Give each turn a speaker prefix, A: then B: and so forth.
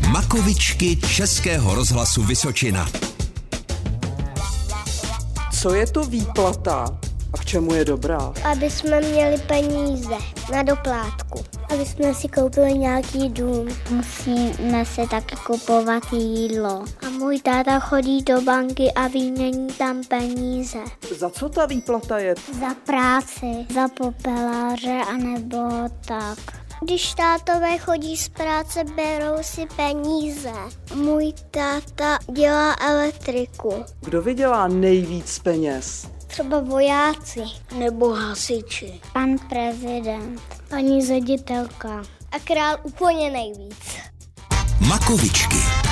A: Píkovičky Českého rozhlasu Vysočina.
B: Co je to výplata a k čemu je dobrá?
C: Aby jsme měli peníze na doplátku. Aby jsme si koupili nějaký dům. Musíme se taky kupovat jídlo. A můj táta chodí do banky a vymění tam peníze.
B: Za co ta výplata je?
C: Za práci, za popeláře a nebo tak. Když tátové chodí z práce, berou si peníze. Můj táta dělá elektriku.
B: Kdo vydělá nejvíc peněz?
C: Třeba vojáci. Nebo hasiči. Pan prezident. Paní ředitelka. A král úplně nejvíc.
A: Makovičky.